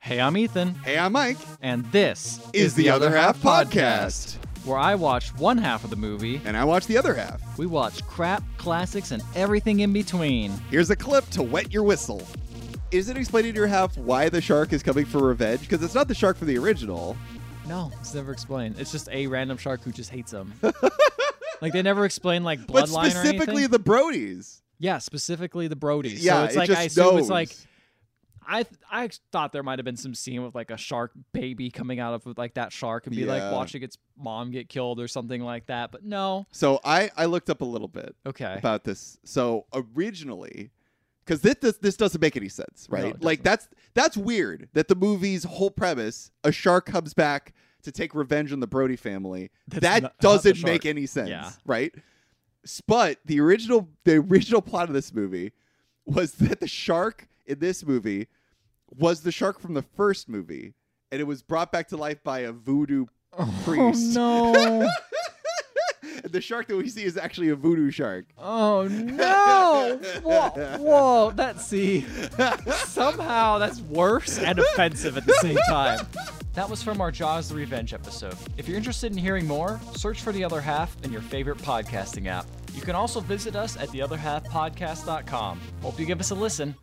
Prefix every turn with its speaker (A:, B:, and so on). A: Hey, I'm Ethan,
B: Hey, I'm Mike.
A: and this
B: Is the Other Half Podcast.
A: where I watch one half of the movie.
B: And I watch the other half.
A: We watch crap, classics, and everything in between.
B: Here's a clip to wet your whistle. Is it explaining to your half why the shark is coming for revenge? Because it's not the shark from the original.
A: No, it's never explained. It's just a random shark who just hates them. like they never explain like
B: but
A: bloodline or
B: specifically
A: anything.
B: the Brodies.
A: yeah, specifically the Brodies.
B: Yeah,
A: so it's
B: it
A: like
B: just
A: I assume
B: knows.
A: it's like I th- I thought there might have been some scene with like a shark baby coming out of like that shark and be
B: Yeah.
A: like watching its mom get killed or something like that. But no.
B: So I, I looked up a little bit
A: Okay.
B: about this. So originally, because this, this this doesn't make any sense,
A: No, it
B: right? like
A: doesn't.
B: that's that's weird that the movie's whole premise, a shark comes back to take revenge on the Brody family,
A: That's not-
B: that
A: not the
B: doesn't
A: shark.
B: make any sense,
A: Yeah.
B: right? S- But the original the original plot of this movie was that the shark in this movie was the shark from the first movie, and it was brought back to life by a voodoo. priest.
A: Oh no.
B: the shark that we see is actually a voodoo shark.
A: Oh no! Whoa, whoa! That see, somehow that's worse and offensive at the same time. That was from our Jaws: The Revenge episode. If you're interested in hearing more, search for the other half in your favorite podcasting app. You can also visit us at theotherhalfpodcast.com. Hope you give us a listen.